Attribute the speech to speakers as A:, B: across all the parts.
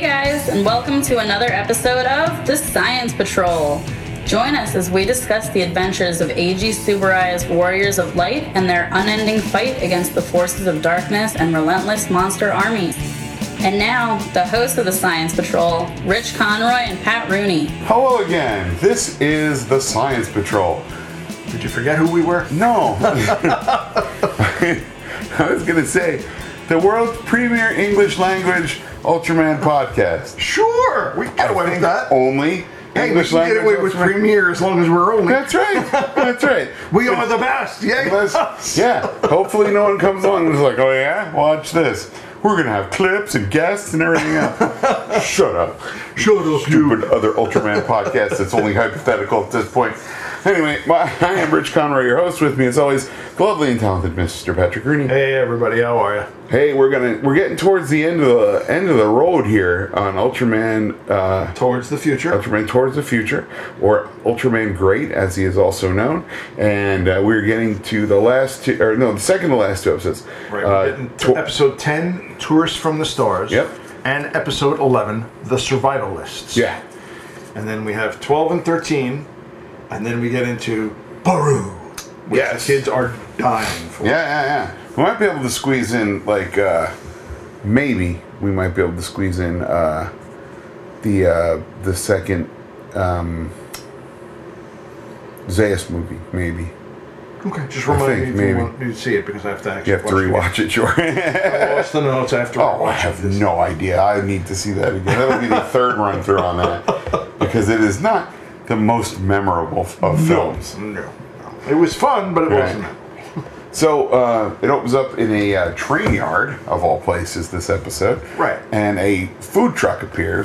A: and welcome to another episode of The Science Patrol. Join us as we discuss the adventures of A.G. Subarai as warriors of light and their unending fight against the forces of darkness and relentless monster armies. And now, the hosts of The Science Patrol, Rich Conroy and Pat Rooney.
B: Hello again. This is the Science Patrol.
C: Did you forget who we were?
B: No. I was going to say the world's premier English language Ultraman podcast.
C: Sure, we can get away with that.
B: Only
C: hey,
B: Oh, English
C: we
B: language
C: can get away with
B: Ultraman-
C: Premier as long as we're only.
B: That's right. That's right.
C: We are the best. Yeah.
B: Let's- yeah. Hopefully, no one comes along and is like, "Oh yeah, watch this. We're gonna have clips and guests and everything else." Shut up.
C: Shut up, you.
B: stupid other Ultraman podcast that's only hypothetical at this point. Anyway, my, I am Rich Conroy, your host. With me, as always, the lovely and talented Mr. Patrick Rooney. Hey,
C: Hey everybody, how are you?
B: we're gonna we're getting towards the end of the end of the road here on Ultraman uh,
C: Towards the future.
B: Ultraman Towards the Future, or Ultraman Great, as he is also known. And uh, we're getting to the last two, or no, the second to last two episodes.
C: Right.
B: Uh,
C: We're getting to
B: tw-
C: episode ten, Tourists from the Stars.
B: Yep.
C: And episode eleven, The Survivalists.
B: yeah.
C: And then we have twelve and thirteen, and then we get into Baru. Which
B: Yes.
C: The kids are dying for.
B: Yeah, yeah, yeah. We might be able to squeeze in like uh maybe we might be able to squeeze in uh the uh the second um Zayas movie, maybe.
C: Okay. Just
B: think
C: remind me if
B: maybe.
C: you want me to see it because I have to actually.
B: You have to rewatch it, sure.
C: I lost the notes after.
B: oh, I
C: rewatching
B: have
C: this.
B: no idea. I need to see that again. That'll be the third run through on that. Because it is not the most memorable of films.
C: No, no. It was fun, but it
B: Right.
C: wasn't.
B: So uh, it opens up in a uh, train yard of all places this episode,
C: Right.
B: And a food truck appears,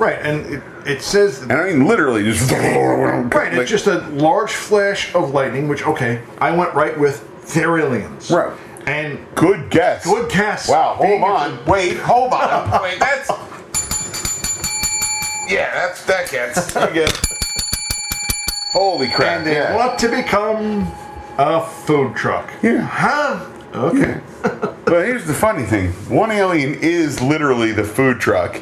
C: Right, and it, it says
B: and I mean literally just
C: right.
B: right.
C: It's just a large flash of lightning, which okay, I went right with they're aliens.
B: Right.
C: and
B: good guess.
C: Good guess.
B: Wow. Hold
C: Being it's
B: on. Wait. Hold on. Wait. That's yeah. That's that gets. You get- Holy crap!
C: and they
B: yeah.
C: want to become a food truck.
B: Yeah.
C: Huh? Okay.
B: But here's the funny thing: one alien is literally the food truck,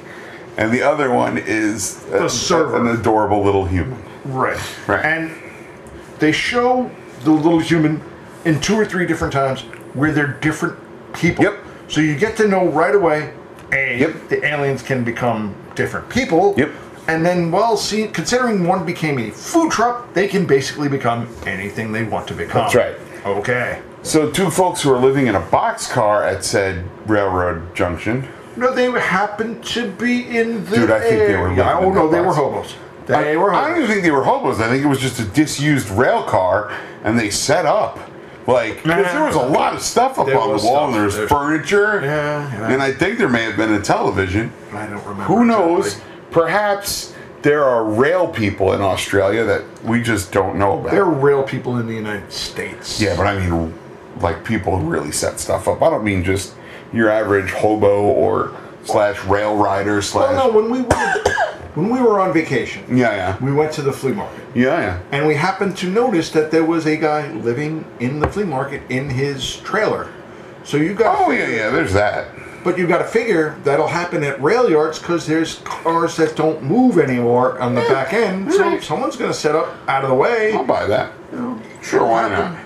B: and the other one is a-
C: The server.
B: an adorable little human.
C: Right.
B: Right.
C: And they show the little human in two or three different times where they're different people.
B: Yep.
C: So you get to know right away. A.
B: Yep.
C: The aliens can become different people.
B: Yep.
C: And then, well, see, considering one became a food truck, they can basically become anything they want to become.
B: That's right.
C: Okay.
B: So two folks who were living in a boxcar at said railroad junction.
C: No, they happened to be in the.
B: Dude, I think they were
C: area.
B: living
C: Oh
B: in
C: no,
B: that
C: they were
B: box.
C: hobos. They were
B: I
C: hobos.
B: don't even think they were hobos. I think it was just a disused rail car, and they set up. Like, 'cause there was a lot of stuff up
C: There
B: on
C: was
B: the wall, and
C: stuff.
B: there was
C: There's-
B: furniture.
C: Yeah, yeah.
B: And I think there may have been a television.
C: I don't remember.
B: Who knows?
C: exactly.
B: Perhaps there are rail people in Australia that we just don't know about.
C: They're real people in the United States.
B: Yeah, but I mean, like people who really set stuff up. I don't mean just your average hobo or slash rail rider slash.
C: Well, Oh, no, when we were when we were on vacation,
B: Yeah, yeah,
C: we went to the flea market,
B: yeah, yeah.
C: and we happened to notice that there was a guy living in the flea market in his trailer. So you got,
B: Oh yeah, yeah. There's that.
C: but you got to figure that'll happen at rail yards because there's cars that don't move anymore on the back end. So
B: right.
C: someone's going to set up out of the way.
B: I'll buy that. Sure, why not?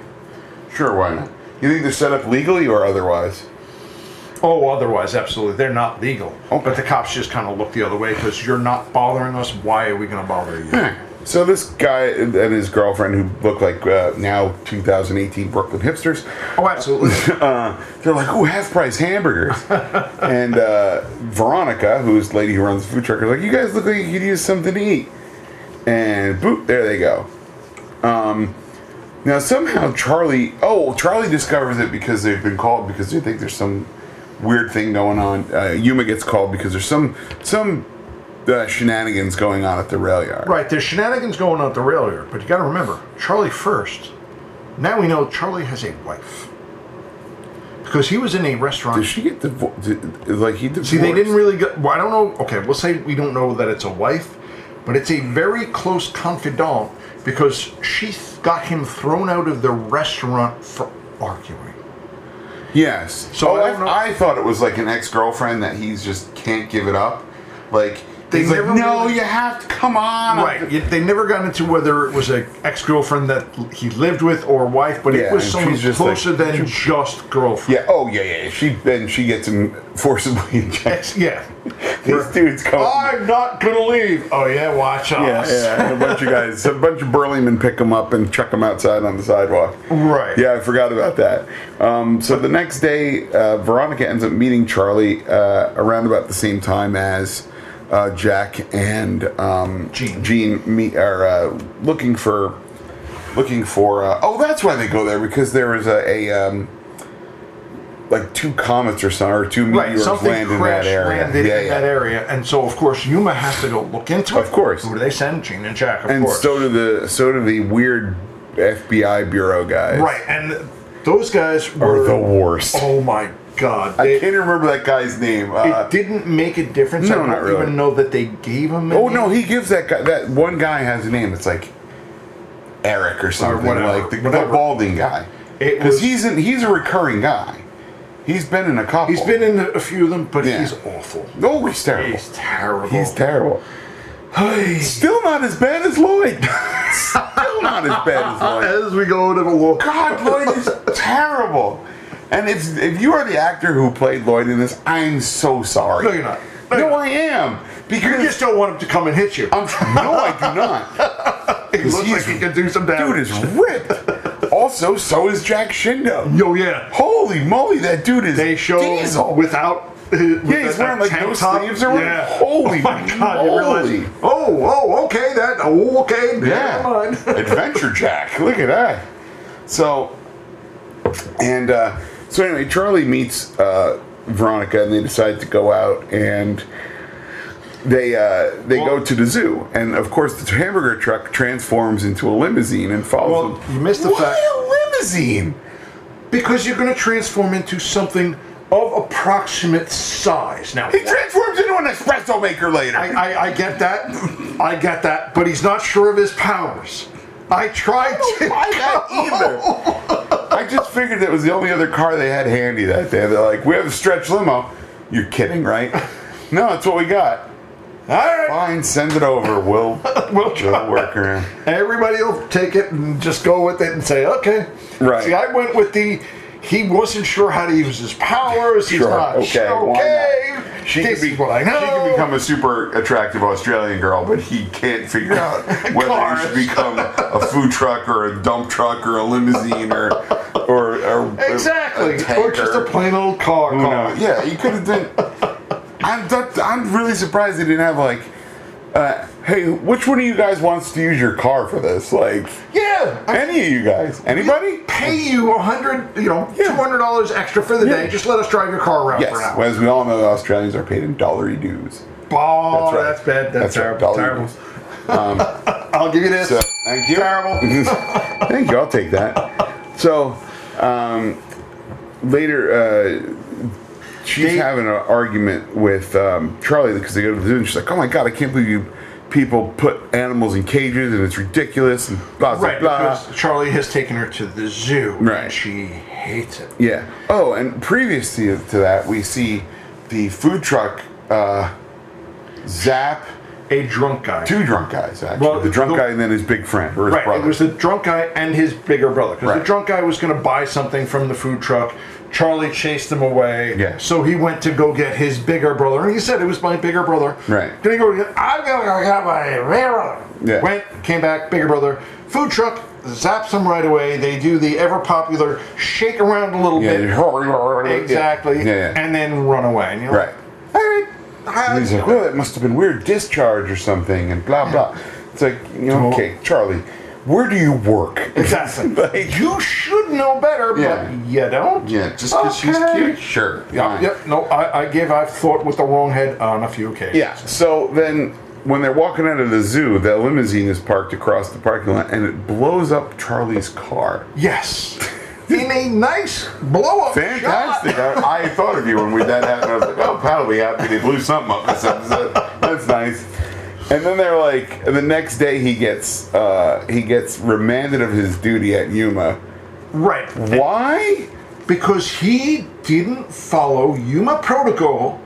B: Sure, why not? You think they're set up legally or otherwise?
C: Oh, otherwise, absolutely, they're not legal.
B: Okay.
C: But the cops just kind of look the other way because you're not bothering us. Why are we going to bother you?
B: So this guy and his girlfriend, who look like uh, now 2018 Brooklyn hipsters,
C: Oh, absolutely.
B: uh, they're like, "Ooh, half price hamburgers." and uh, Veronica, who's the lady who runs the food truck, is like, "You guys look like you could use something to eat." And boop, there they go. Um, now somehow Charlie, oh, Charlie discovers it because they've been called because they think there's some weird thing going on. Uh, Yuma gets called because there's some some uh, shenanigans going on at the rail yard.
C: Right, there's shenanigans going on at the rail yard, but you got to remember, Charlie first. Now we know Charlie has a wife because he was in a restaurant.
B: Did she get divorced? Like he divorced.
C: See, they didn't really get. Well, I don't know. Okay, we'll say we don't know that it's a wife, but it's a very close confidant because she th- got him thrown out of the restaurant for arguing.
B: Yes.
C: So
B: So
C: I don't know-
B: Oh, I, I thought it was like an ex girlfriend that he's just can't give it up. Like
C: they
B: He's like,
C: never
B: no,
C: really-
B: you have to come on.
C: Right. Yet They never got into whether it was an ex girlfriend that he lived with or wife, but
B: Yeah,
C: it was
B: and
C: someone
B: she's just
C: closer
B: like-
C: than just girlfriend.
B: Yeah. Oh, yeah, yeah. She then she gets him forcibly injected.
C: Ex- yeah.
B: These dudes come.
C: I'm not gonna leave. Oh yeah, watch
B: Yeah,
C: us.
B: yeah. A bunch of guys, a bunch of Burleymen pick them up and chuck them outside on the sidewalk.
C: Right.
B: Yeah, I forgot about that. Um, so the next day, uh, Veronica ends up meeting Charlie uh, around about the same time as uh, Jack and um,
C: Gene.
B: Gene meet, are uh, looking for looking for. Uh, oh, that's why they go there because there is a. a um, like two comets or something, or two
C: Right,
B: meteors
C: something
B: land in
C: crash
B: that area.
C: landed
B: Yeah,
C: in
B: yeah.
C: that area, and so of course Yuma has to go look into it.
B: Of course.
C: who do they send? Gene and Jack, of
B: and
C: course.
B: so do the so do the weird FBI bureau guys.
C: right, and those guys
B: Or
C: were
B: the worst.
C: Oh my god,
B: I
C: They-
B: can't remember that guy's name. Uh,
C: it didn't make a difference.
B: No,
C: I don't
B: not really.
C: even know that they gave him. a
B: oh
C: name.
B: no, he gives that guy that one guy has a name. It's like Eric or something
C: whatever,
B: like the, the
C: whatever.
B: balding guy.
C: It
B: Because
C: was-
B: he's in, he's a recurring guy. He's been in a couple.
C: He's been in a few of them, but
B: Yeah.
C: he's awful.
B: Oh, he's terrible.
C: He's terrible.
B: He's terrible.
C: Hey.
B: Still not as bad as Lloyd. Still not as bad as Lloyd.
C: As we go to the walk.
B: God, Lloyd is terrible. And if if you are the actor who played Lloyd in this, I'm so sorry.
C: No, you're not.
B: No,
C: No, you're
B: I am.
C: You
B: Because
C: just don't want him to come and hit you.
B: I'm no, I do not.
C: He looks like
B: he's-
C: he can do some
B: Dude
C: damage.
B: is ripped. Also, so is Jack Shindo.
C: Yo, yeah.
B: Holy moly, that dude is
C: They show
B: diesel.
C: without.
B: yeah, he's wearing like no sleeves or whatever.
C: Yeah.
B: Holy
C: oh my god! You
B: moly.
C: realize? Oh, oh, okay. That. Oh, okay.
B: Yeah.
C: Never mind.
B: Adventure Jack. Look at that. So, and uh, so anyway, Charlie meets uh, Veronica, and they decide to go out and. They uh, they go to the zoo, and of course the hamburger truck transforms into a limousine and follows
C: Well,
B: them.
C: you missed the
B: Why
C: fact-
B: a limousine?
C: because you're going to transform into something of approximate size. Now,
B: He transforms into an espresso maker later.
C: I, I, I get that. I get that. But he's not sure of his powers. I tried to.
B: buy that either. I just figured that was the only other car they had handy that day. They're like, we have a stretch limo. You're kidding, right? No, that's what we got.
C: All right.
B: Fine, send it over. We'll
C: We'll
B: we'll work around.
C: Everybody will take it and just go with it and say, okay.
B: Right.
C: See, I went with the. He wasn't sure how to use his powers. He's
B: Sure.
C: not
B: Okay.
C: okay.
B: why not?
C: okay.
B: She
C: this
B: could be.
C: is what I know.
B: She could become a super attractive Australian girl, but he can't figure out whether
C: Cars.
B: he should become a food truck or a dump truck or a limousine or or, or a-
C: exactly.
B: a
C: or just a
B: tanker.
C: plain old car.
B: Who
C: car.
B: knows? Yeah, he could have done. I'm that, I'm really surprised they didn't have like, uh, hey, which one of you guys wants to use your car for this? Like,
C: Yeah. I
B: any of you guys, anybody?
C: pay you a hundred, you know,
B: Yeah.
C: two hundred dollars extra for the
B: Yeah.
C: day. Just let us drive your car around
B: Yes.
C: for an hour.
B: Well, as we all know, Australians are paid in dollary dues.
C: Oh,
B: That's right.
C: that's bad. That's,
B: That's right,
C: terrible.
B: dollar
C: terrible.
B: bills.
C: I'll give you this.
B: So thank you.
C: Terrible.
B: Thank you. I'll take that. So, um, later, uh, she's
C: They-
B: having an argument with um, Charlie because they go to the zoo and she's like, "Oh my god, I can't believe you people put animals in cages and it's ridiculous and blah blah
C: right,
B: blah."
C: because Charlie has taken her to the zoo.
B: Right.
C: And she hates it.
B: Yeah. Oh, and previous to, to that, we see the food truck uh, zap
C: A drunk guy.
B: two drunk guys actually.
C: Well,
B: the drunk
C: the-
B: guy and then his big friend or his
C: right.
B: brother.
C: It was the drunk guy and his bigger brother. Because
B: Right.
C: the drunk guy was going to buy something from the food truck. Charlie chased him away.
B: Yeah.
C: So he went to go get his bigger brother. And he said it was my bigger brother.
B: Right.
C: Gonna go get, I'm going to go get my bigger brother.
B: Yeah.
C: Went, came back, bigger brother. Food truck zaps him right away. They do the ever popular shake around a little
B: yeah,
C: bit.
B: yeah.
C: Exactly.
B: Yeah, yeah.
C: And then run away. And you're
B: right.
C: Like, All right.
B: And
C: I-
B: he's like, well, that must have been weird discharge or something, and blah blah. It's like, you know,
C: Well-
B: okay, Charlie, where do you work?
C: exactly.
B: Like-
C: you should know better,
B: Yeah.
C: but you don't.
B: Yeah, just because she's
C: Okay.
B: cute, sure.
C: Yep,
B: fine.
C: yep. No, I, I gave I've thought with the wrong head on a few occasions.
B: Yeah. So then, when they're walking out of the zoo, that limousine is parked across the parking lot, and it blows up Charlie's car.
C: Yes. In a nice blow up
B: Fantastic! I, I thought of you when we that happened. I was like, "Oh, Pat'll be happy they blew something up this episode. That's nice." And then they're like, and the next day he gets uh, he gets remanded of his duty at Yuma.
C: Right.
B: Why?
C: Because he didn't follow Yuma protocol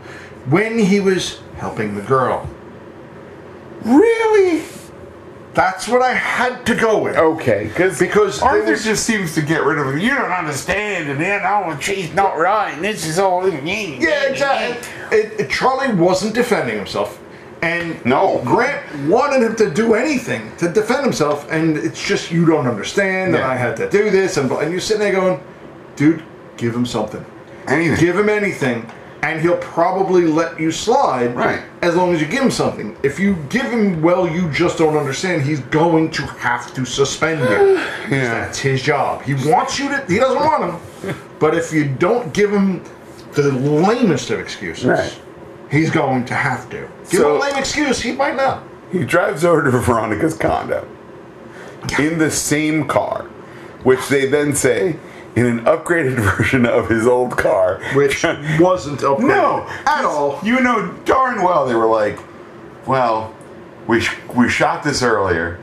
C: when he was helping the girl.
B: Really?
C: That's what I had to go
B: Oh,
C: with.
B: Okay, because
C: Because
B: Arthur
C: there was-
B: just seems to get rid of him. You don't understand, and then oh, she's not right, and this is all.
C: Yeah, exactly. It, it- Charlie wasn't defending himself, and
B: No.
C: Grant wanted him to do anything to defend himself, and it's just you don't understand, and
B: Yeah.
C: I had to do this, and and you're sitting there going, dude, give him something,
B: Anything.
C: give him anything, and he'll probably let you slide,
B: Right.
C: As long as you give him something. If you give him well, you just don't understand. He's going to have to suspend you.
B: Yeah.
C: That's his job. He wants you to. He doesn't want him. But if you don't give him the lamest of excuses,
B: Right.
C: he's going to have to. Give
B: So-
C: him a lame excuse, he might not.
B: He drives over to Veronica's condo in the same car, which they then say in an upgraded version of his old car.
C: Which Oh. wasn't upgraded
B: no,
C: at all.
B: You know darn well they were like, well, we sh- we shot this earlier,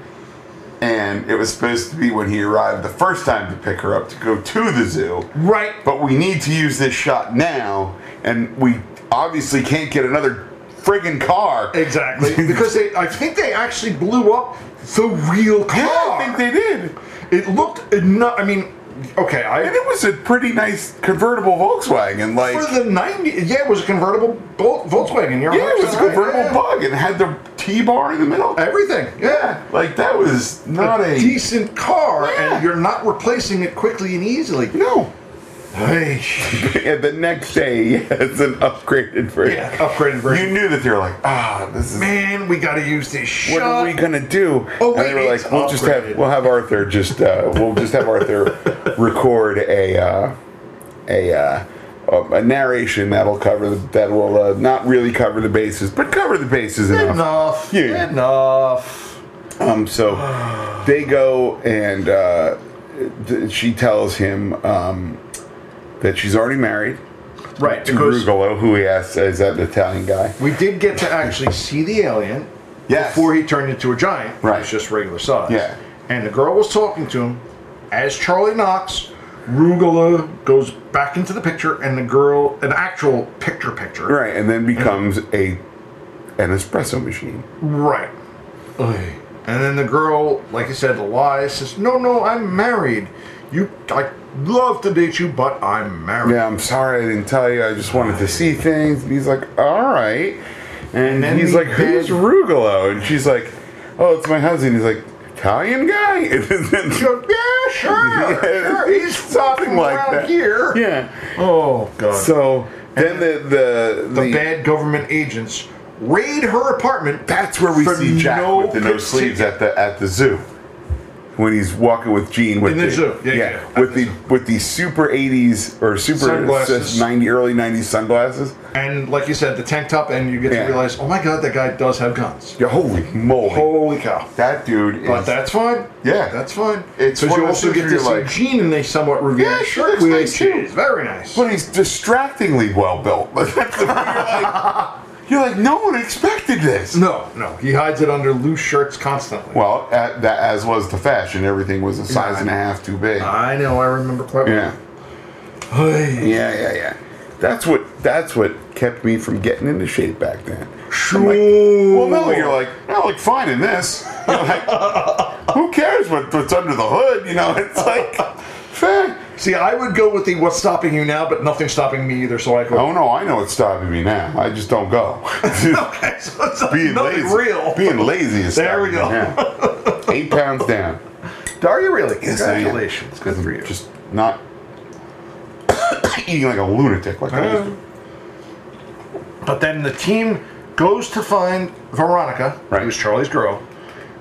B: and it was supposed to be when he arrived the first time to pick her up to go to the zoo.
C: Right.
B: But we need to use this shot now, and we obviously can't get another friggin' car.
C: Exactly. because they, I think they actually blew up the real car.
B: Yeah, I think they did.
C: it looked enough. I mean, okay, I.
B: And it was a pretty nice convertible Volkswagen. Like,
C: For the 90, yeah, it was a convertible Vol- Volkswagen. You're
B: yeah, it was a
C: 100% right,
B: convertible
C: yeah.
B: bug and it had the T bar in the middle.
C: Everything, yeah.
B: Like, that was not a.
C: decent car
B: Yeah.
C: and you're not replacing it quickly and easily.
B: no.
C: Hey.
B: and the next day, yeah, it's an upgraded version.
C: Yeah, upgraded version.
B: You knew that they were like, ah, this is.
C: Man, we gotta use this shot.
B: What are we gonna do?
C: Oh,
B: and they
C: wait,
B: were like,
C: it's
B: "We'll just have
C: upgraded.
B: we'll have Arthur just uh, we'll just have Arthur record a uh, a uh, um, a narration that'll cover the, that will uh, not really cover the bases, but cover the bases enough."
C: enough.
B: Yeah.
C: Enough.
B: Um, so they go and uh, th- she tells him um, that she's already married
C: Right,
B: to
C: because
B: Rugolo, who he asks is that an Italian guy.
C: we did get to actually see the alien
B: Yes.
C: before he turned into a giant.
B: Right.
C: It was just regular size.
B: Yeah.
C: And the girl was talking to him as Charlie Knox. Rugula goes back into the picture, and the girl, an actual picture picture.
B: Right, and then becomes a an espresso machine.
C: Right. And then the girl, like you said, lies, says, No, no, I'm married. You I love to date you, but I'm married.
B: Yeah, I'm sorry I didn't tell you. I just wanted to see things. And he's like, all right. And,
C: then
B: he's
C: the
B: like, who's
C: bed-
B: Rugolo? And she's like, oh, it's my husband. He's like, Italian guy? And then
C: She goes, yeah, sure. sure. He's flopping around here.
B: Yeah.
C: Oh god.
B: So then the the
C: the, bad government agents raid her apartment.
B: That's where we
C: for
B: see Jack with the no
C: partic-
B: sleeves at the at the zoo. When he's walking with Gene with
C: In the zoo. Yeah, yeah, yeah.
B: with
C: At
B: the
C: the
B: with the super '80s or super
C: Sunglasses.
B: '90 early '90s sunglasses.
C: And like you said, the tank top, and you get
B: Yeah.
C: to realize, oh my god, that guy does have guns.
B: Yeah, holy moly,
C: Holy cow.
B: that dude is
C: But that's fine.
B: Yeah.
C: that's fine.
B: It's
C: It's
B: one
C: you
B: of those
C: also
B: things
C: get
B: where
C: to
B: you're
C: see
B: like-
C: Gene in a somewhat revealed
B: Yeah, she
C: shirt,
B: looks
C: which
B: nice, too.
C: is very nice.
B: but he's distractingly well built. That's the- you're, like, you're like, no one expected this.
C: no, no, he hides it under loose shirts constantly.
B: Well, at, that as was the fashion. Everything was a size
C: I Uh,
B: and a
C: know.
B: half too big.
C: I know, I remember quite well.
B: yeah.
C: Hey,
B: Yeah, yeah, yeah. That's what that's what kept me from getting into shape back then. I'm like, well,
C: sure.
B: no, you're like I look fine in this. You're like, who cares what, what's under the hood? You know, it's like, fair.
C: See, I would go with the "What's stopping you now?" but nothing's stopping me either. So I go.
B: Oh no, I know what's stopping me now. I just don't go.
C: Okay, so it's like
B: being
C: nothing
B: lazy,
C: real.
B: being lazy is
C: There we
B: stopping me now. Eight pounds down.
C: Are you really?
B: Yes, I am. Mm-hmm.
C: Congratulations, good for you.
B: Just not eating like a lunatic, like I used
C: Uh-huh.
B: to.
C: But then the team goes to find Veronica,
B: Right.
C: who's Charlie's girl,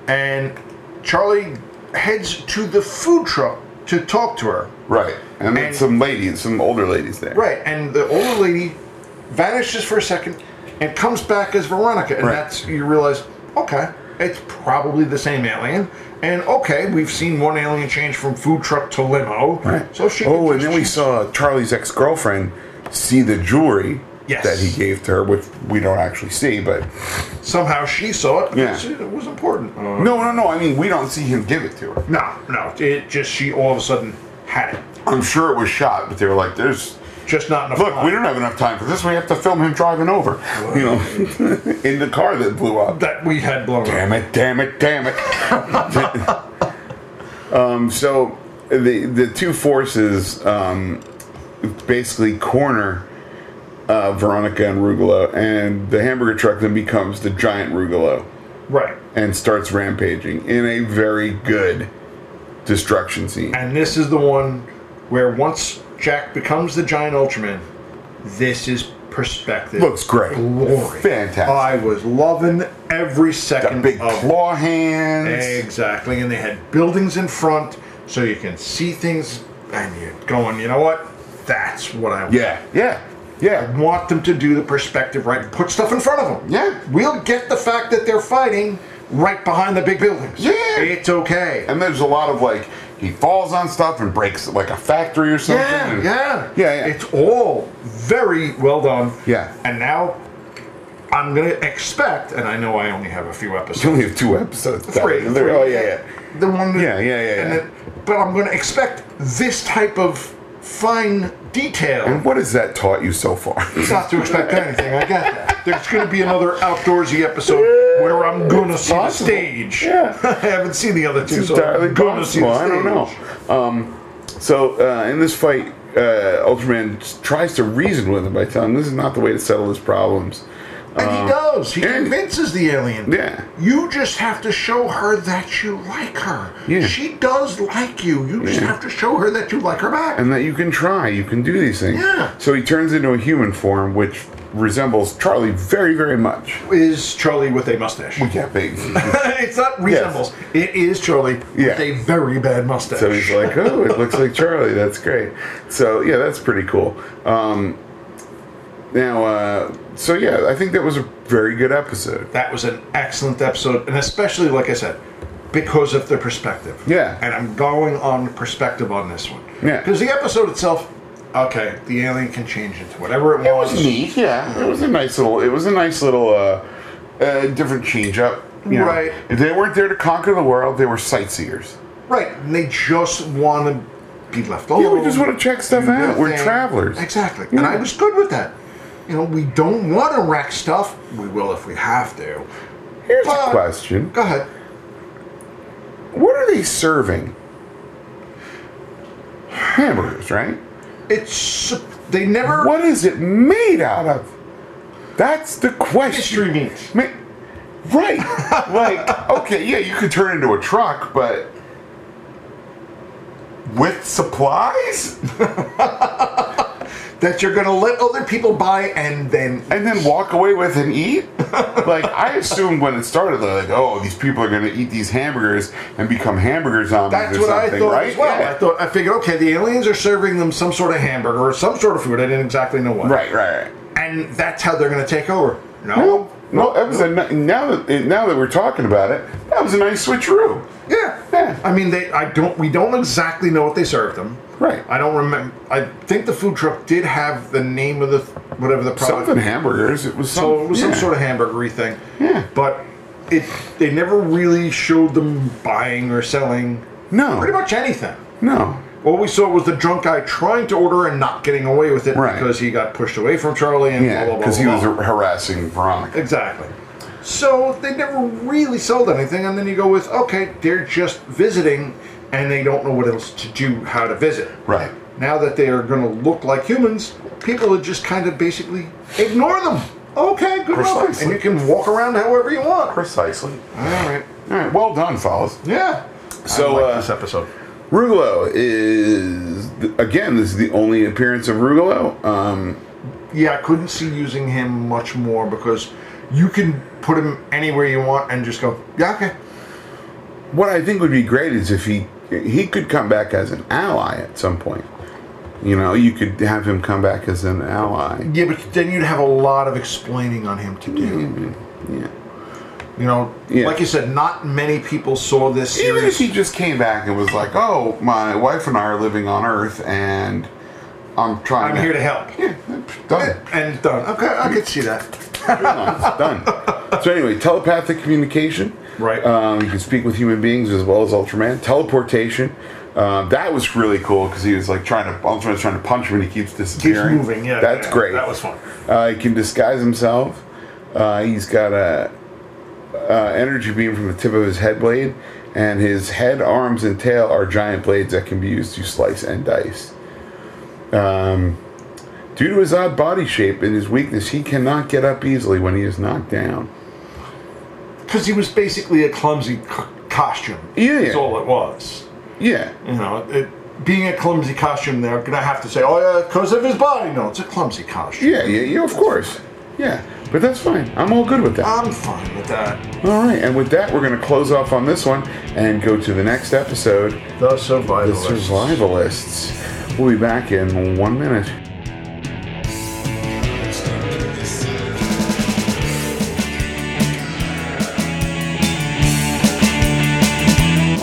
C: and Charlie heads to the food truck to talk to her.
B: Right, and, then
C: And-
B: some ladies, some older ladies there.
C: Right, and the older lady vanishes for a second and comes back as Veronica, and
B: Right.
C: that's you realize, okay, it's probably the same alien. And okay, we've seen one alien change from food truck to limo.
B: Right.
C: So she.
B: Oh, and
C: just-
B: then we saw Charlie's ex girlfriend see the jewelry
C: Yes.
B: that he gave to her, which we don't actually see, but
C: somehow she saw it.
B: Yeah. Uh-huh.
C: because It was important. Uh,
B: no, no, no. I mean, we don't see him give it to her.
C: no, no. It just she all of a sudden had it.
B: I'm sure it was shot, but they were like, "There's
C: just not enough.
B: Look,
C: time.
B: we don't have enough time for this. We have to film him driving over, you know, in the car that blew up.
C: that we had blown up.
B: Damn it! Damn it! Damn it! um, so the the two forces um, basically corner uh, Veronica and Rugolo, and the hamburger truck then becomes the giant Rugolo
C: Right.
B: and starts rampaging in a very good destruction scene.
C: And this is the one where once Jack becomes the giant Ultraman, this is perspective.
B: Looks great.
C: Glory.
B: Fantastic.
C: I was loving every second
B: Got big
C: of
B: claw hands.
C: Exactly, and they had buildings in front, so you can see things, and you're going, you know what? That's what I want.
B: Yeah, yeah, yeah.
C: want them to do the perspective right. Put stuff in front of them.
B: Yeah.
C: we'll get the fact that they're fighting right behind the big buildings.
B: Yeah.
C: it's okay.
B: And there's a lot of like he falls on stuff and breaks like a factory or something.
C: yeah,
B: and-
C: yeah,
B: Yeah, yeah.
C: It's all very well done.
B: Yeah.
C: and now I'm gonna expect, and I know I only have a few
B: You
C: episodes.
B: only have two episodes.
C: Three,
B: There-
C: three.
B: Oh yeah, yeah.
C: The one. that-
B: Yeah, yeah, yeah,
C: and
B: yeah.
C: then- but I'm gonna expect this type of fine detail.
B: And what has that taught you so far?
C: It's not to expect anything. I get that. There's going to be another outdoorsy episode where I'm going to see the
B: possible.
C: stage.
B: Yeah.
C: I haven't seen the other two,
B: It's
C: so I'm
B: entirely
C: going to see
B: possible.
C: the stage.
B: I don't know. Um, so uh, in this fight, uh, Ultraman s- tries to reason with him by telling him this is not the way to settle his problems.
C: And he does. He
B: and-
C: convinces the alien.
B: Uh, Yeah.
C: You just have to show her that you like her.
B: Yeah.
C: She does like you. You just
B: Yeah.
C: have to show her that you like her back.
B: and that you can try, you can do these things.
C: Yeah.
B: So he turns into a human form, which resembles Charlie very, very much.
C: is Charlie with a mustache?
B: Yeah, big.
C: it's not resembles. It is Charlie
B: Yeah.
C: with a very bad mustache.
B: so he's like, oh, it looks like Charlie. That's great. So yeah, that's pretty cool. Um, now, uh, so yeah, I think that was a very good episode.
C: that was an excellent episode, and especially, like I said, because of the perspective.
B: Yeah.
C: And I'm going on perspective on this one.
B: Yeah.
C: Because the episode itself, okay, the alien can change into whatever it, wants.
B: yeah. It was a nice little. It was a nice little uh, uh, different change up. you know.
C: Right.
B: They weren't there to conquer the world. They were sightseers.
C: Right. And they just want to be left alone.
B: Yeah, we just want to check stuff
C: do their
B: out. We're
C: thing.
B: travelers.
C: Exactly.
B: Yeah.
C: And I was good with that. You know, we don't want to wreck stuff. We will if we have to.
B: Here's
C: But-
B: a question.
C: Go ahead.
B: What are they serving? Hamburgers, right?
C: It's they never
B: What is it made out of? That's the
C: mystery
B: question.
C: meat.
B: Ma- right. like, okay, yeah, you could turn into a truck, but with supplies?
C: That you're gonna let other people buy and then
B: And then walk away with and eat? like, I assumed when it started, they're like, oh, these people are going to eat these hamburgers and become hamburger zombies
C: That's
B: or
C: what I
B: something,
C: thought
B: right?
C: as well.
B: Yeah.
C: I thought I figured, okay, the aliens are serving them some sort of hamburger or some sort of food. I didn't exactly know what.
B: right, right, right.
C: And that's how they're going to take over. No.
B: No, no, that was a ni- now that now that we're talking about it, that was a nice switcheroo.
C: Yeah.
B: Yeah.
C: I mean, they. I don't. We don't exactly know what they served them.
B: Right.
C: I don't remember. I think the food truck did have the name of the whatever the product.
B: Something hamburgers. It was some,
C: So it was some
B: yeah.
C: sort of hamburgery thing.
B: Yeah.
C: But it. They never really showed them buying or selling
B: no,
C: pretty much anything.
B: no.
C: What we saw was the drunk guy trying to order and not getting away with it
B: Right.
C: because he got pushed away from Charlie and blah
B: Yeah,
C: blah blah.
B: because he
C: blah,
B: was
C: blah.
B: harassing Veronica.
C: exactly. So they never really sold anything, and then you go with okay, they're just visiting, and they don't know what else to do, how to visit.
B: Right.
C: Now that they are going to look like humans, people are just kind of basically ignore them. Okay, good luck,
B: Precisely.
C: and you can walk around however you want. All
B: Precisely.
C: right.
B: All right. Well done, fellas.
C: Yeah.
B: So,
C: I like
B: uh,
C: this episode.
B: Rugolo is again. This is the only appearance of Rugolo. Um,
C: Yeah, I couldn't see using him much more because you can put him anywhere you want and just go, yeah, okay.
B: what I think would be great is if he he could come back as an ally at some point. You know, you could have him come back as an ally.
C: Yeah, but then you'd have a lot of explaining on him to do.
B: Yeah.
C: You know,
B: Yeah.
C: like you said, not many people saw this
B: Even if
C: series.
B: he just came back and was like, "Oh, my wife and I are living on Earth, and I'm trying.
C: I'm
B: to,
C: here to help. Oh,
B: Yeah, done.
C: And done. Okay, I could see that.
B: done. So anyway, telepathic communication.
C: Right.
B: Um, you can speak with human beings as well as Ultraman. Teleportation. Um, that was really cool because he was like trying to, Ultraman's trying to punch him and he keeps
C: Keeps
B: disappearing.
C: moving. Yeah,
B: that's
C: yeah,
B: great.
C: That was fun.
B: Uh, he can disguise himself. Uh, he's got a uh, energy beam from the tip of his head blade, and his head, arms, and tail are giant blades that can be used to slice and dice. Um, due to his odd body shape and his weakness, he cannot get up easily when he is knocked down.
C: because he was basically a clumsy c- costume.
B: Yeah,
C: that's
B: yeah.
C: all it was.
B: Yeah,
C: You know, it, being a clumsy costume, they're gonna have to say, "Oh yeah, because of his body." No, it's a clumsy costume.
B: yeah, yeah, yeah, of course. Yeah, but that's fine. I'm all good with that.
C: I'm fine with that.
B: all right, and with that, we're going to close off on this one and go to the next episode.
C: The survivalist.
B: The survivalists. We'll be back in one minute.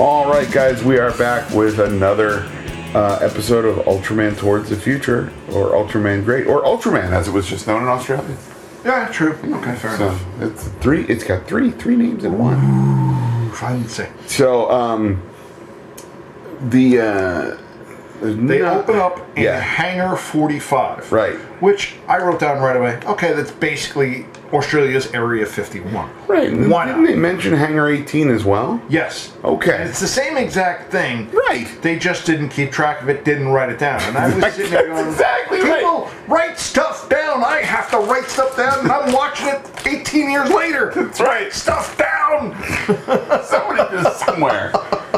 B: All right, guys, we are back with another uh, episode of Ultraman Towards the Future, or Ultraman Great, or Ultraman as it was just known in Australia.
C: Yeah, true. Okay, fair
B: So
C: enough.
B: it's three. It's got three three names in one.
C: Fancy.
B: So, um, the uh,
C: They open up in
B: Yeah.
C: Hangar 45.
B: Right.
C: Which I wrote down right away. Okay, that's basically Australia's Area 51.
B: right. and
C: Why
B: Didn't
C: not?
B: they mention Hangar 18 as well?
C: Yes.
B: Okay.
C: And it's the same exact thing.
B: Right.
C: They just didn't keep track of it, didn't write it down. And I was sitting there
B: That's
C: going,
B: exactly right.
C: People write stuff down. I have to write stuff down, and I'm watching it 18 years later. That's
B: right.
C: Stuff down.
B: Somebody just somewhere.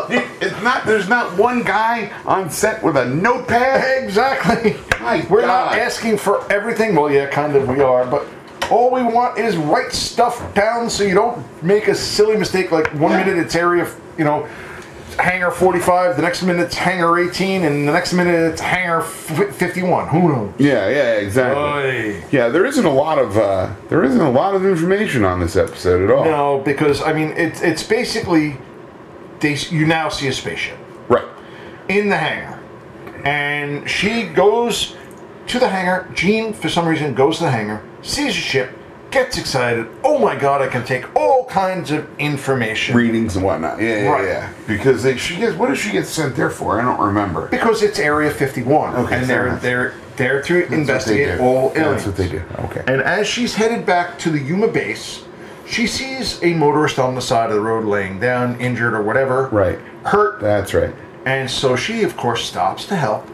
B: You- It's not. There's not one guy on set with a notepad.
C: Exactly.
B: My
C: We're
B: God.
C: not asking for everything. Well, yeah, kind of we are, but all we want is write stuff down so you don't make a silly mistake. Like one
B: Yeah.
C: minute it's area, you know, hangar 45, the next minute it's hangar 18, and the next minute it's hangar f- 51. Who knows?
B: Yeah, yeah, exactly. Yeah, there isn't a lot of uh, there isn't a lot of information on this episode at all.
C: No, because I mean it's it's basically they s- you now see a spaceship
B: Right.
C: in the hangar, and she goes to the hangar. Jean, for some reason, goes to the hangar, sees a ship, gets excited. Oh my god, I can take all kinds of information
B: Readings and whatnot. Yeah, yeah,
C: Right.
B: yeah. Because they, she gets what does she get sent there for? I don't remember.
C: because it's Area 51,
B: Okay,
C: and
B: fair
C: they're
B: enough.
C: they're there to
B: That's what they
C: investigate
B: do.
C: all aliens.
B: That's what they do. Okay.
C: And as she's headed back to the Yuma base, she sees a motorist on the side of the road laying down, injured or whatever.
B: Right.
C: Hurt.
B: That's right.
C: And so she, of course, stops to help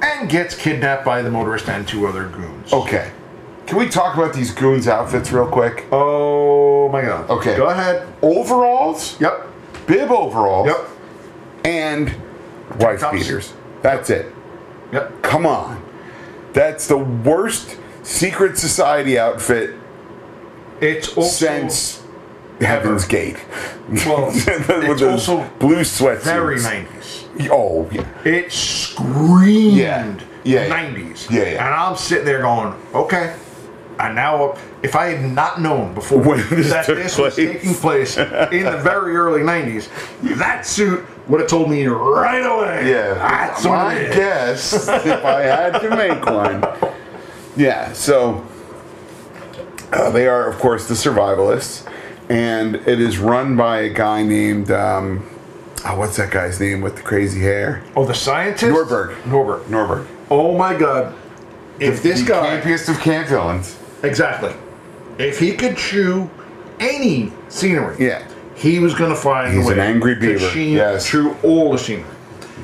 C: and gets kidnapped by the motorist and two other goons.
B: Okay. Can we talk about these goons' outfits real quick?
C: Oh my god.
B: Okay.
C: Go ahead.
B: Overalls.
C: Yep.
B: Bib overalls.
C: Yep.
B: And wife
C: Tops.
B: beaters. That's it.
C: Yep.
B: Come on. That's the worst secret society outfit
C: It's also
B: since Heaven's Gate.
C: Well,
B: With
C: it's
B: those
C: also
B: blue sweatsuits.
C: very 90s.
B: Oh, yeah.
C: It screamed
B: Yeah. Yeah, yeah.
C: 90s.
B: Yeah, yeah.
C: And I'm sitting there going, okay. And now, if I had not known before
B: When this
C: that
B: took
C: this was
B: place.
C: taking place in the very early 90s, that suit would have told me right away.
B: Yeah.
C: That's what
B: my
C: it is.
B: guess if I had to make one. Yeah, so uh, they are, of course, the survivalists, and it is run by a guy named, um, oh, what's that guy's name with the crazy hair?
C: Oh, the scientist?
B: Norberg.
C: Norberg.
B: Norberg.
C: Oh my God. If this
B: the
C: guy.
B: Campiest of camp villains.
C: Exactly. If he could chew any scenery,
B: Yeah.
C: he was going to find
B: He's
C: a way
B: an angry
C: to
B: beaver,
C: sheen-
B: yes.
C: chew all the scenery.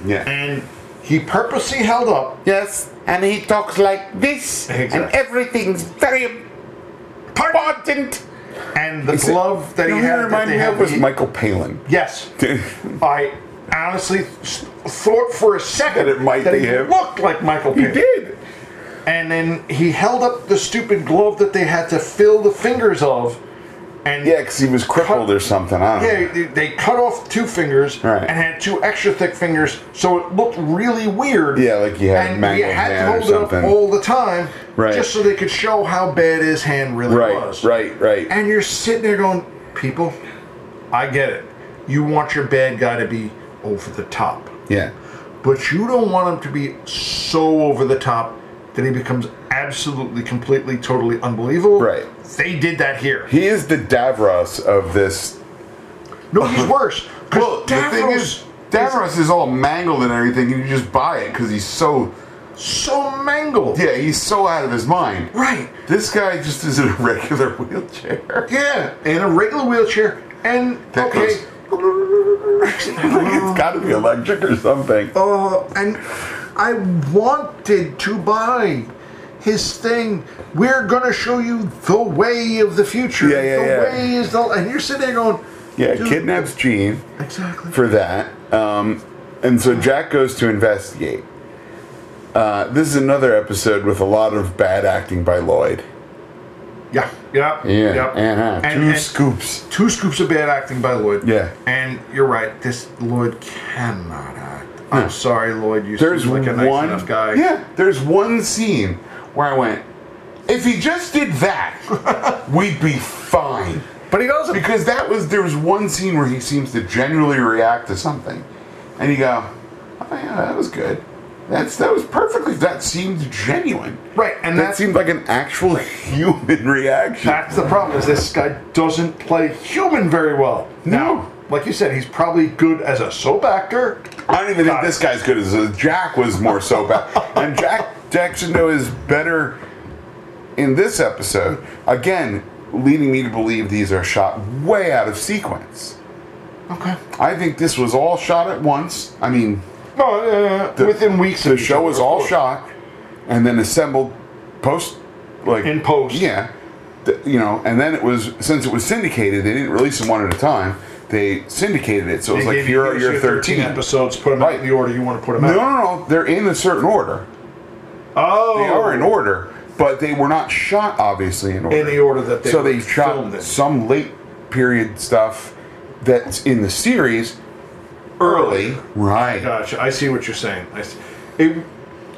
B: Yeah.
C: And he purposely held up
B: Yes, and he talks like this, and
C: Exactly.
B: everything's very important.
C: and the glove that he had. that
B: reminded
C: they
B: me
C: had
B: of was
C: he-
B: Michael Palin.
C: yes. I honestly s- thought for a second
B: That it might be
C: he
B: him.
C: looked like Michael
B: he
C: Pitt.
B: did.
C: And then he held up the stupid glove that they had to fill the fingers of. And
B: Yeah, because he was crippled or something. I don't know.
C: Yeah, they- they cut off two fingers
B: Right.
C: and had two extra thick fingers, so it looked really weird.
B: Yeah, like he had
C: and he
B: mangled
C: had
B: hand or
C: to hold it up
B: something.
C: all the time,
B: Right.
C: just so they could show how bad his hand really
B: Right,
C: was.
B: right, right.
C: And you're sitting there going, people, I get it. You want your bad guy to be over the top,
B: yeah.
C: but you don't want him to be so over the top that he becomes absolutely, completely, totally unbelievable.
B: Right.
C: They did that here.
B: He is the Davros of this.
C: No, he's worse. 'cause
B: Uh-huh. Well, the thing
C: Davros
B: is- Davros is all mangled and everything, and you just buy it because he's so
C: So mangled.
B: yeah, he's so out of his mind.
C: Right.
B: This guy just is in a regular wheelchair.
C: Yeah, in a regular wheelchair. And
B: That
C: okay.
B: it's got to be electric or something.
C: Uh, and I wanted to buy his thing. We're gonna show you the way of the future.
B: Yeah, yeah,
C: the
B: yeah.
C: way is the and you're sitting there going,
B: Yeah,
C: "Dude,
B: kidnaps Gene
C: exactly.
B: for that, um, and so Jack goes to investigate. Uh, this is another episode with a lot of bad acting by Lloyd.
C: yeah, yeah,
B: Yeah,
C: yeah.
B: uh-huh.
C: And-
B: two
C: and-
B: scoops.
C: two scoops of bad acting by Lloyd.
B: Yeah.
C: And you're right. This Lloyd cannot act. I'm
B: No.
C: sorry, Lloyd. You
B: There's
C: seem like a nice
B: one
C: enough guy.
B: Yeah, there's one scene where I went, if he just did that, we'd be fine.
C: But he doesn't.
B: Because that was there was one scene where he seems to genuinely react to something, and you go, "Oh yeah, that was good. That's that was perfectly. That seemed genuine.
C: Right, and
B: that
C: that's-
B: seemed like an actual human reaction.
C: That's the problem. Is this guy doesn't play human very well. Now, like you said, he's probably good as a soap actor.
B: I don't even think
C: Got it.
B: this guy's good as uh, Jack was more so bad. and Jack Jackson though is better in this episode. Again, leading me to believe these are shot way out of sequence.
C: Okay.
B: I think this was all shot at once. I mean,
C: No, uh, within weeks.
B: the show was all shot and then assembled post like
C: In post.
B: yeah Th- you know and then it was since it was syndicated they didn't release them one at a time they syndicated it so it was like here are your 13
C: episodes. Put them out
B: Right.
C: in the order you want to put them
B: no
C: out.
B: no no they're in a certain order
C: Oh,
B: they are in order but they were not shot obviously in order
C: In the order that they
B: so they
C: were
B: shot
C: filmed in.
B: some late period stuff that's in the series early right
C: Gotcha. I see what you're saying. I see. It,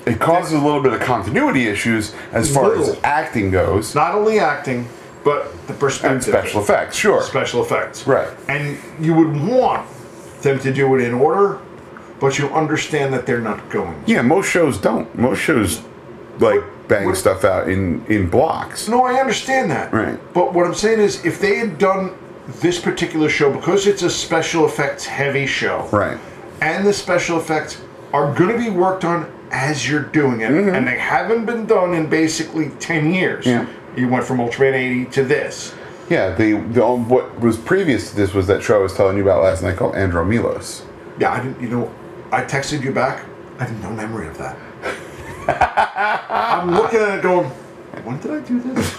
B: it causes a little bit of continuity issues as far as
C: Little.
B: acting goes
C: not only acting, but the perspective.
B: and special effects, sure.
C: special effects.
B: Right.
C: And you would want them to do it in order, but you understand that they're not going.
B: yeah, most shows don't. Most shows like bang
C: what-
B: stuff out in in blocks.
C: No, I understand that.
B: Right.
C: But what I'm saying is, if they had done this particular show, because it's a special effects heavy show,
B: Right.
C: and the special effects are going to be worked on as you're doing it, and they haven't been done in basically 10 years.
B: Mm-hmm. Yeah.
C: You went from Ultraman 80 to this.
B: Yeah, the, the um, what was previous to this was that show I was telling you about last night called Andromelos.
C: Yeah, I didn't, you know, I texted you back. I have no memory of that. I'm looking at it going, when did I do this?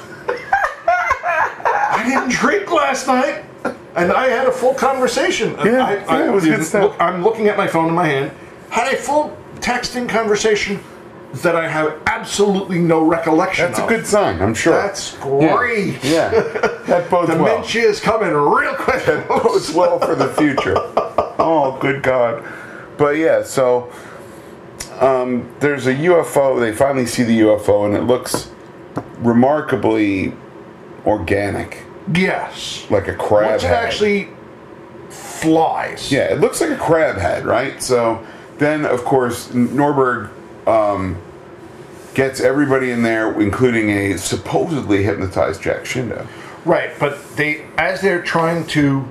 C: I didn't drink last night. And I had a full conversation. And
B: Yeah,
C: I,
B: yeah, it was good stuff.
C: look- I'm looking at my phone in my hand. Had a full texting conversation that I have absolutely no recollection
B: That's a
C: of.
B: good sign, I'm sure.
C: That's
B: Yeah.
C: great.
B: Yeah, that bodes well.
C: Dementia is coming real quick.
B: That bodes well for the future. oh, good God! But yeah, so um, there's a UFO. They finally see the UFO, and it looks remarkably organic.
C: yes.
B: like a crab
C: Once it
B: head.
C: actually flies.
B: yeah, it looks like a crab head, right? So then, of course, N- Norberg um, gets everybody in there, including a supposedly hypnotized Jack Shindo.
C: Right, but they as they're trying to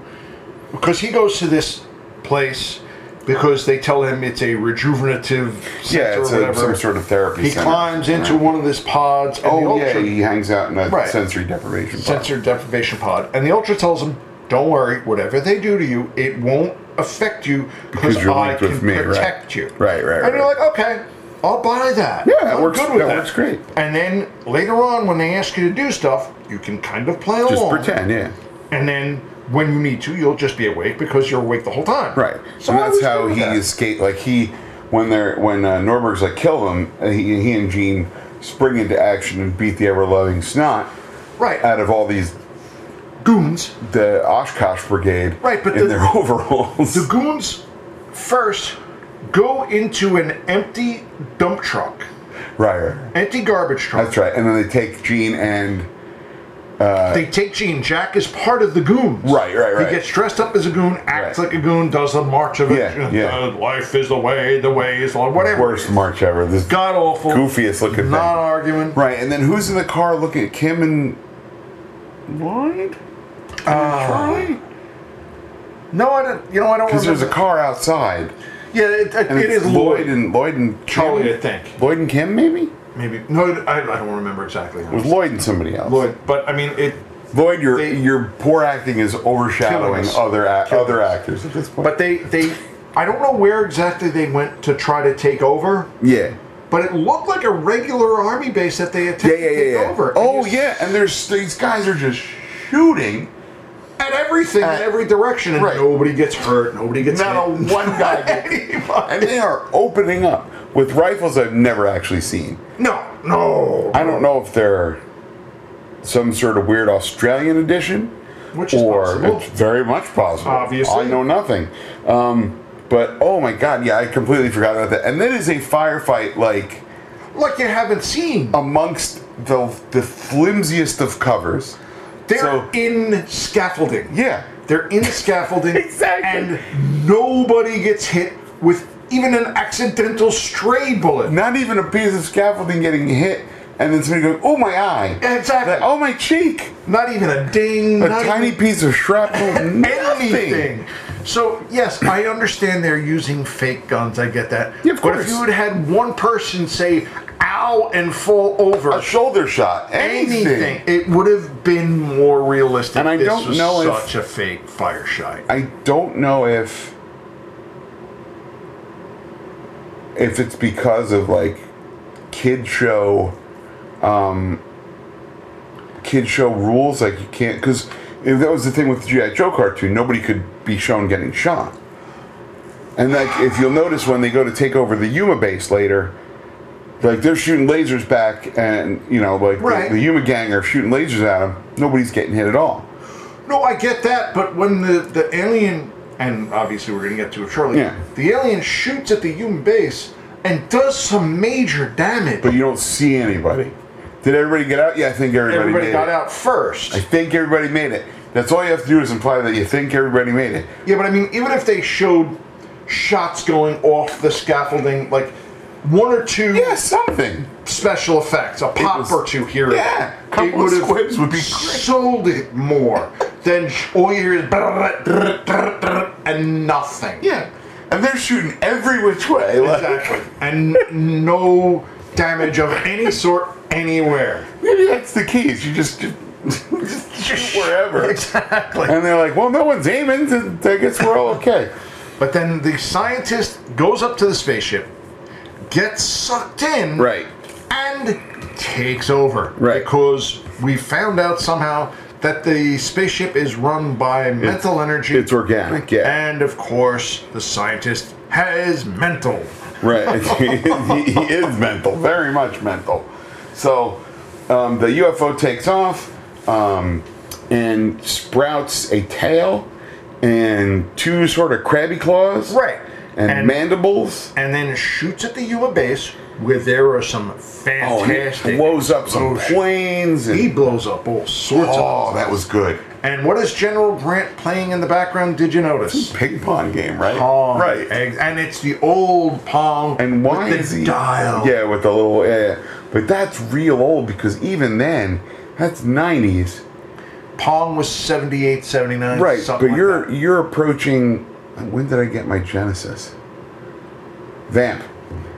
C: because he goes to this place because they tell him it's a rejuvenative center
B: Yeah, it's
C: or
B: a,
C: whatever.
B: some sort of therapy.
C: he
B: center.
C: climbs into one of this pods and the
B: Oh yeah,
C: ultra
B: he hangs out in a
C: Right.
B: sensory deprivation. pod.
C: sensor deprivation pod and the ultra tells him don't worry whatever they do to you it won't affect you because
B: Because you're
C: I
B: linked
C: can
B: with me, right.
C: protect you
B: Right, right,
C: and
B: right.
C: you're like okay I'll buy that
B: Yeah, that
C: I'm
B: works-
C: good with
B: that works great.
C: and then later on when they ask you to do stuff you can kind of play
B: Just
C: along
B: pretend, yeah.
C: and then when you need to, you'll just be awake because you're awake the whole time.
B: Right.
C: So
B: and
C: I
B: that's
C: was
B: how
C: good with
B: he
C: that.
B: escaped. Like he, when they're when uh, Norberg's like kill him, uh, he, he and Gene spring into action and beat the ever loving snot
C: right
B: out of all these
C: goons.
B: the Oshkosh Brigade
C: Right, but
B: in
C: the-
B: their overalls.
C: The goons first go into an empty dump truck,
B: right, right.
C: empty garbage truck.
B: That's right. And then they take Gene and
C: They take Gene. Jack is part of the goons.
B: Right, right, right.
C: He gets dressed up as a goon, acts
B: Right.
C: like a goon, does the march of
B: Yeah,
C: it.
B: yeah.
C: Uh, life is the way. The way is law. Whatever.
B: worst march ever. This
C: God awful.
B: goofiest looking thing.
C: Not arguing.
B: Right, and then who's in the car looking at Kim and Lloyd? And Charlie?
C: No, I don't. You know, I don't
B: Ah, Because
C: remember.
B: there's a car outside.
C: Yeah, it, it,
B: And
C: it
B: it's
C: is Lloyd.
B: Lloyd and Lloyd and Kim.
C: Charlie, I think.
B: Lloyd and Kim, maybe?
C: Maybe no, I, I don't remember exactly.
B: It was Lloyd and somebody else.
C: Lloyd, but I mean it.
B: Lloyd, your
C: They-
B: your poor acting is overshadowing
C: Killing us.
B: other ac
C: Killing
B: other
C: us.
B: actors at this point.
C: But they they, I don't know where exactly they went to try to take over,
B: yeah,
C: but it looked like a regular army base that they
B: yeah,
C: attacked
B: yeah,
C: to
B: yeah.
C: take
B: yeah.
C: over.
B: Oh
C: And you-
B: yeah, and there's these guys are just shooting at everything.
C: in every direction, and
B: Uh, Right.
C: nobody gets hurt. Nobody gets
B: Not a
C: hit.
B: one guy gets-
C: Anybody.
B: and they are opening up with rifles I've never actually seen.
C: No, no.
B: I don't know if they're some sort of weird Australian edition,
C: Which is
B: or
C: possible.
B: it's very much possible.
C: Obviously.
B: I know nothing. Um, but oh my god, yeah, I completely forgot about that. And that is a firefight like
C: like you haven't seen.
B: Oh, amongst the the flimsiest of covers.
C: They're
B: so-
C: in scaffolding.
B: Yeah.
C: They're in scaffolding.
B: Exactly.
C: And nobody gets hit with even an accidental stray bullet.
B: Not even a piece of scaffolding getting hit, and then somebody going, "Oh my eye!"
C: Exactly.
B: Like, oh my cheek!
C: Not even a ding.
B: A
C: not
B: tiny
C: even
B: piece of shrapnel. nothing.
C: anything. So yes, I understand they're using fake guns. I get that.
B: Yeah, of
C: But
B: course.
C: if you had had one person say "ow" and fall over,
B: A shoulder shot. Anything.
C: anything, it would have been more realistic.
B: And I
C: This
B: don't
C: was
B: know if-
C: such a fake fire shot.
B: I don't know if if it's because of like kid show um kid show rules like you can't because if that was the thing with the GI Joe cartoon nobody could be shown getting shot and like if you'll notice when they go to take over the Yuma base later like they're shooting lasers back and you know like the-
C: Right.
B: the, Yuma gang are shooting lasers at them nobody's getting hit at all
C: No, I get that, but when the, the alien, and obviously we're going to get to it shortly,
B: Yeah.
C: the alien shoots at the human base and does some major damage.
B: but you don't see anybody. Did everybody get out? Yeah, I think everybody,
C: Everybody
B: made
C: got
B: it.
C: out first.
B: I think everybody made it. That's all you have to do is imply that you think everybody made it.
C: yeah, but I mean, even if they showed shots going off the scaffolding, like one or two
B: Yeah, something.
C: special effects, a pop
B: was-
C: or two here,
B: Yeah,
C: and there,
B: couple
C: it
B: of squibs would be great.
C: sold it more than sh- all you hear is brrr, brrr, brrr, brrr, and nothing.
B: Yeah, and they're shooting every which way. Like,
C: Exactly. and no damage of any sort anywhere.
B: Maybe that's the key. Is you just just, just shoot wherever.
C: Exactly.
B: And they're like, well, no one's aiming. so I guess we're all okay.
C: But then the scientist goes up to the spaceship, gets sucked in, and takes over.
B: Right.
C: Because we found out somehow that the spaceship is run by mental energy.
B: It's organic. Yeah.
C: and of course, the scientist has mental.
B: Right. he, he is mental, very much mental. So um, the UFO takes off um, and sprouts a tail and two sort of crabby claws.
C: Right.
B: And,
C: And-
B: mandibles.
C: And then shoots at the Yuma base where there are some
B: Oh, and it
C: fantastic.
B: blows up some
C: explosions.
B: planes. And,
C: He blows up all sorts
B: oh,
C: of.
B: that was good.
C: And what is General Grant playing in the background? Did you notice?
B: Ping pong game, right?
C: Pong.
B: Right.
C: Eggs. And it's the old pong.
B: And why
C: with
B: is
C: the
B: he?
C: dial?
B: Yeah, with the little yeah, yeah. But that's real old because even then, that's '90s.
C: Pong was 78, 79.
B: right
C: something
B: but
C: like
B: you're
C: that.
B: you're approaching when did i get my genesis vamp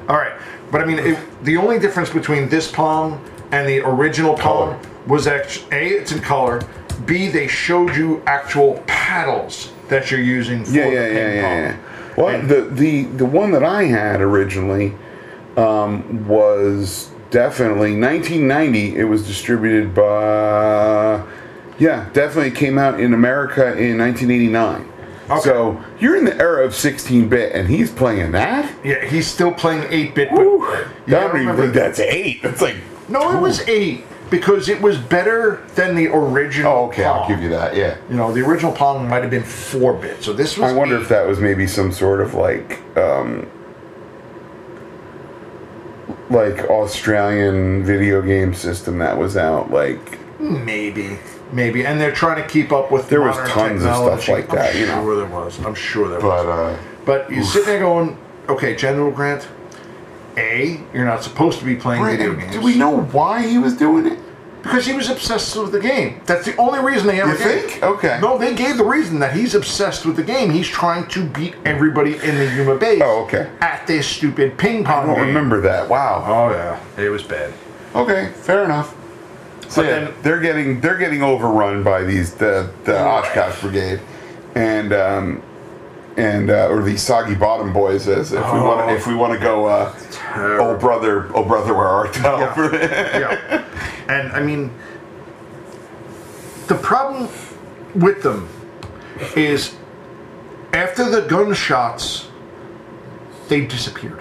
C: All right. But I mean, it, the only difference between this pong and the original
B: Color.
C: pong was actually A, it's in color. B, they showed you actual paddles that you're using for
B: yeah
C: the
B: yeah
C: ping
B: yeah yeah,
C: pong.
B: yeah. well the, the the one that i had originally um, was definitely 1990 it was distributed by yeah definitely came out in america in 1989
C: Okay.
B: so you're in the era of 16-bit and he's playing that
C: Yeah, he's still playing 8 bit.
B: Whew, I don't
C: gotta
B: even
C: remember
B: think that's eight. It's like
C: No, it was eight because it was better than the original.
B: oh, okay. I'll
C: Pong.
B: give you that. Yeah.
C: You know, the original Pong might have been four bit, so this was.
B: I wonder
C: eight.
B: if that was maybe some sort of like, um, like Australian video game system that was out. Like,
C: maybe, maybe, and they're trying to keep up with.
B: There was
C: modern
B: tons of stuff
C: technology.
B: like that,
C: I'm
B: you know.
C: sure there was. I'm sure there
B: but
C: was.
B: uh,
C: But you sit there going, okay, General Grant. A, you're not supposed to be playing video
B: Brandon,
C: games.
B: do we know why he was doing it?
C: Because he was obsessed with the game. That's the only reason they ever
B: You
C: gave.
B: think? Okay.
C: No, they gave the reason that he's obsessed with the game. He's trying to beat everybody in the Yuma base.
B: Oh, okay.
C: At this stupid ping
B: I
C: pong
B: don't
C: game.
B: remember that. Wow.
C: Oh yeah, it was bad.
B: Okay, fair enough. So
C: But
B: yeah,
C: then-
B: they're getting they're getting overrun by these the the Oshkosh Brigade, and um, and uh, or the Soggy Bottom Boys as if we want
C: Oh.
B: if we want to go. Uh, oh
C: Terrible.
B: brother, oh brother, where art thou?
C: Yeah. yeah. And I mean, the problem with them is after the gunshots, they disappeared.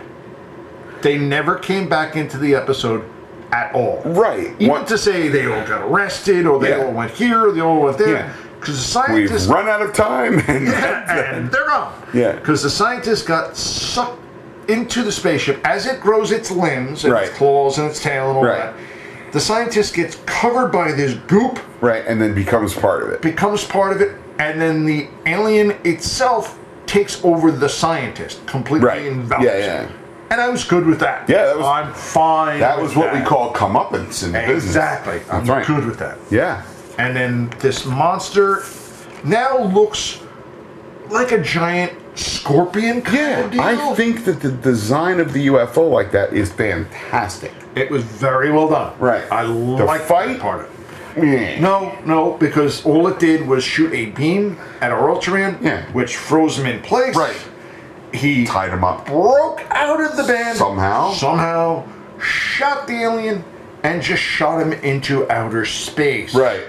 C: They never came back into the episode at all.
B: Right.
C: Even
B: What-
C: to say they all got arrested or they
B: Yeah.
C: all went here or they all went there.
B: Yeah.
C: Because the
B: We've
C: scientists.
B: run out of time. And
C: and they're gone.
B: Yeah.
C: Because the scientists got sucked into the spaceship as it grows its limbs and
B: Right.
C: its claws and its tail and all
B: Right.
C: that. The scientist gets covered by this goop,
B: Right, and then becomes part of it.
C: becomes part of it, and then the alien itself takes over the scientist completely
B: Right.
C: envelops
B: Yeah, yeah.
C: him. And I was good with that.
B: Yeah, that was-
C: I'm fine.
B: That
C: with
B: was what we
C: that.
B: call comeuppance in the business.
C: exactly. I'm
B: That's right.
C: good with that.
B: Yeah.
C: And then this monster now looks like a giant scorpion kind
B: Yeah,
C: of deal.
B: I think that the design of the UFO like that is fantastic.
C: it was very well done.
B: Right.
C: I
B: The
C: like
B: fight-
C: that part of it.
B: Yeah.
C: No, no, because all it did was shoot a beam at our Ultraman,
B: Yeah.
C: which froze him in place.
B: Right.
C: He
B: Tied him up.
C: broke out of the band
B: Somehow.
C: Somehow, shot the alien and just shot him into outer space.
B: Right.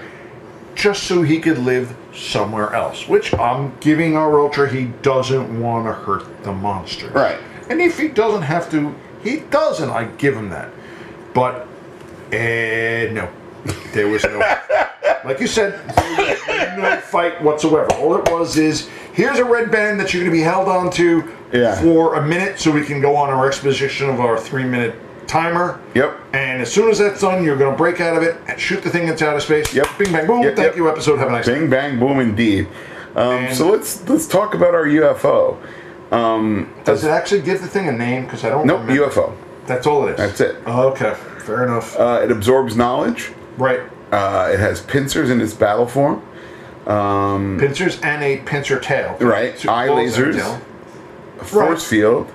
C: just so he could live somewhere else. Which I'm giving our ultra, he doesn't want to hurt the monster.
B: Right.
C: And if he doesn't have to, he doesn't. I give him that. But, eh, no. There was no, like you said, there was no fight whatsoever. All it was is here's a red band that you're going to be held on to
B: Yeah.
C: for a minute so we can go on our exposition of our three minute timer.
B: Yep.
C: And as soon as that's done, you're going to break out of it and shoot the thing that's out of space.
B: Yep.
C: Bing, bang, boom.
B: Yep,
C: Thank
B: yep.
C: you, episode. Have a nice day.
B: Bang bang boom indeed. Um,
C: And-
B: so let's let's talk about our UFO. Um,
C: Does it actually give the thing a name? Because I don't
B: nope,
C: remember.
B: UFO.
C: That's all it is.
B: That's it.
C: Okay. Fair enough.
B: Uh, it absorbs knowledge.
C: right.
B: Uh, it has pincers in its battle form. Um,
C: Pincers and a pincer tail.
B: Right.
C: Two
B: Eye
C: claws and a
B: lasers.
C: tail.
B: force field.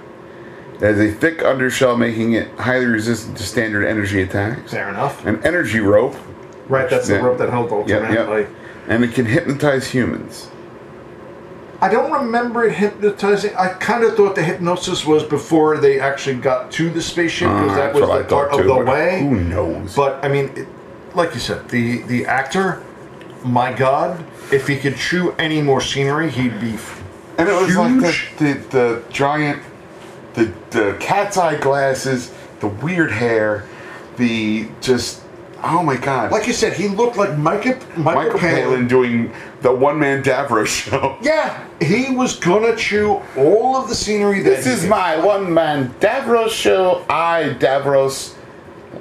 B: It has a thick undershell, making it highly resistant to standard energy attacks.
C: Fair enough.
B: An energy rope.
C: Right. That's the rope that held the
B: Yep,
C: Ultraman.
B: yep.
C: Like,
B: And it can hypnotize humans.
C: I don't remember it hypnotizing. I kind of thought the hypnosis was before they actually got to the spaceship because
B: Uh,
C: that
B: that's
C: was
B: what
C: the
B: I
C: part
B: thought
C: of
B: too,
C: the
B: but
C: way.
B: Who knows?
C: But I mean, it, like you said, the the actor, my God, if he could chew any more scenery, he'd be. f-
B: and it was
C: huge.
B: like the, the, the giant, the, the cat's eye glasses, the weird hair, the just, oh my god.
C: Like you said, he looked like Micah Michael,
B: Michael Palin,
C: Palin.
B: doing the one man Davro show.
C: Yeah, he was gonna chew all of the scenery. That
B: This is my one man Davros show. I, Davros,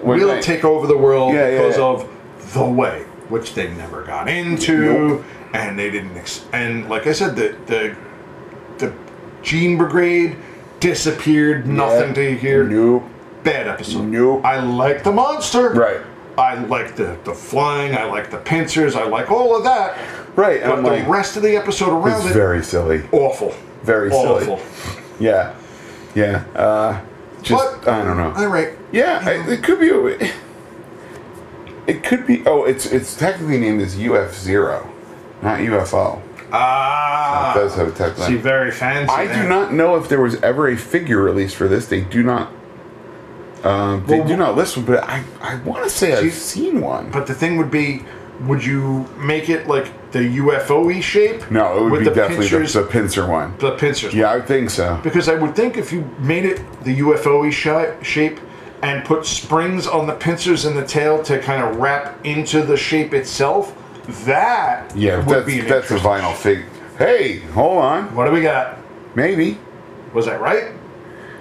B: will
C: will take over the world
B: Yeah, yeah,
C: because
B: yeah.
C: of the way, which they never got into, and they didn't. Ex- and like I said, the the the Gene Brigade disappeared. Nothing to hear.
B: Nope.
C: bad episode.
B: Nope.
C: I like the monster.
B: Right.
C: I like the, the flying. I like the pincers. I like all of that.
B: Right, and
C: But
B: I'm
C: the
B: like,
C: rest of the episode around
B: it's
C: it,
B: very silly.
C: awful.
B: very silly.
C: awful.
B: Yeah, yeah. Uh, just
C: But-
B: I don't know.
C: All right.
B: Yeah, I, it could be. It could be. Oh, it's it's technically named as UF zero, not UFO.
C: Ah.
B: It does have a tech
C: See,
B: line.
C: very fancy.
B: I
C: there.
B: do not know if there was ever a figure released for this. They do not. Um, they
C: Well,
B: do not list one, but I I want to say
C: See-
B: I've seen one.
C: But the thing would be, would you make it like the UFO-y shape?
B: no, it would
C: with
B: be
C: the
B: definitely
C: pincers,
B: the, the pincer one.
C: the pincers.
B: Yeah, I would think so.
C: Because I would think if you made it the UFO-y shi- shape and put springs on the pincers and the tail to kind of wrap into the shape itself, that
B: Yeah,
C: would
B: that's
C: be an
B: that's a
C: interesting-
B: vinyl fig. Hey, hold on,
C: What do we got?
B: maybe.
C: Was that right?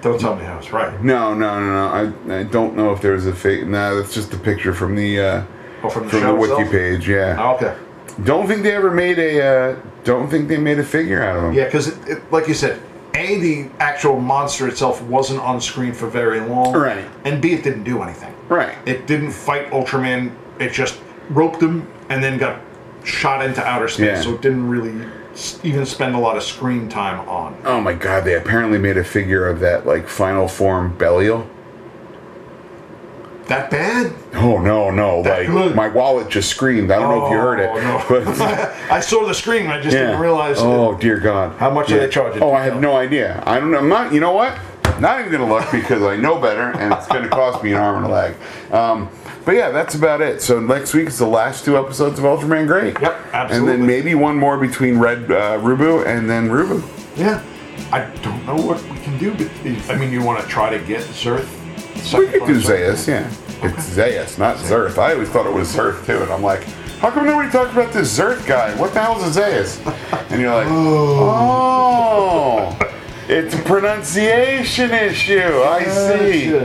C: Don't tell me that was right.
B: No, no, no, no. I, I don't know if there was a fake. No, that's just a picture from the uh,
C: Oh, from the
B: from the
C: show
B: wiki
C: itself?
B: page. Yeah.
C: Oh, okay.
B: Don't think they ever made a. Uh, don't think they made a figure out of them.
C: Yeah, because it, it, like you said, a the actual monster itself wasn't on screen for very long,
B: Right.
C: And b it didn't do anything.
B: Right.
C: It didn't fight Ultraman it just roped him and then got shot into outer space,
B: Yeah.
C: so it didn't really s- even spend a lot of screen time on.
B: Oh my god, they apparently made a figure of that like final form Belial.
C: That bad?
B: Oh no, no,
C: That
B: like
C: good.
B: my wallet just screamed. I don't know if you heard it.
C: Oh,
B: But
C: no. I saw the screen, I just didn't realize.
B: Oh dear God!
C: How much are they charging?
B: Oh, I have no idea. I don't. know. I'm not. You know what? Not even gonna look because I know better, and it's gonna cost me an arm and a leg. Um, but yeah, that's about it. So next week is the last two episodes of Ultraman Great.
C: Yep,
B: And
C: absolutely.
B: then maybe one more between Red uh, Rubu and then Rubu.
C: Yeah, I don't know what we can do. But I mean, you want to try to get Zerth?
B: We could do Zayas, yeah. It's Zayas, not Zerth. I always thought it was Zerth too, and I'm like, how come nobody talked about this Zerth guy? What the hell is a Zayas? And you're like, oh, it's a pronunciation issue. I
C: Oh,
B: see.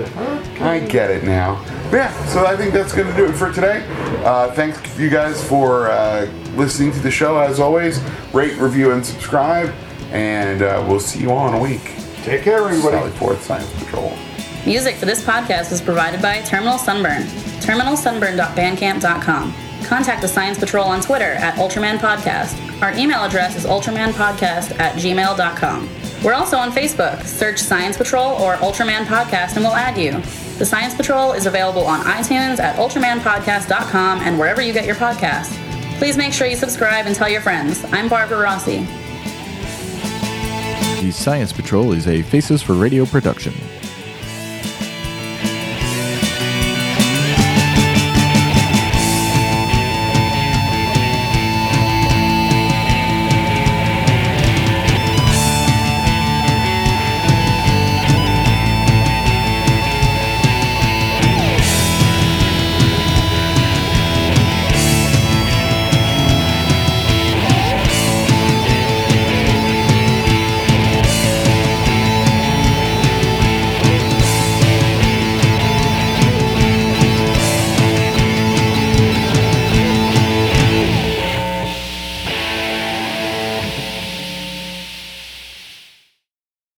B: I get it now. But yeah, so I think that's going to do it for today. Uh, thanks you guys for uh, listening to the show. As always, rate, review, and subscribe, and uh, we'll see you all in a week.
C: Take care, everybody.
B: Sally Ford, Science Patrol.
A: Music for this podcast was provided by Terminal Sunburn. TerminalSunburn.bandcamp.com. Contact the Science Patrol on Twitter at Ultraman Podcast. Our email address is ultramanpodcast at gmail.com. We're also on Facebook. Search Science Patrol or Ultraman Podcast and we'll add you. The Science Patrol is available on iTunes at ultramanpodcast.com and wherever you get your podcasts. Please make sure you subscribe and tell your friends. I'm Barbara Rossi.
D: The Science Patrol is a Faces for Radio production.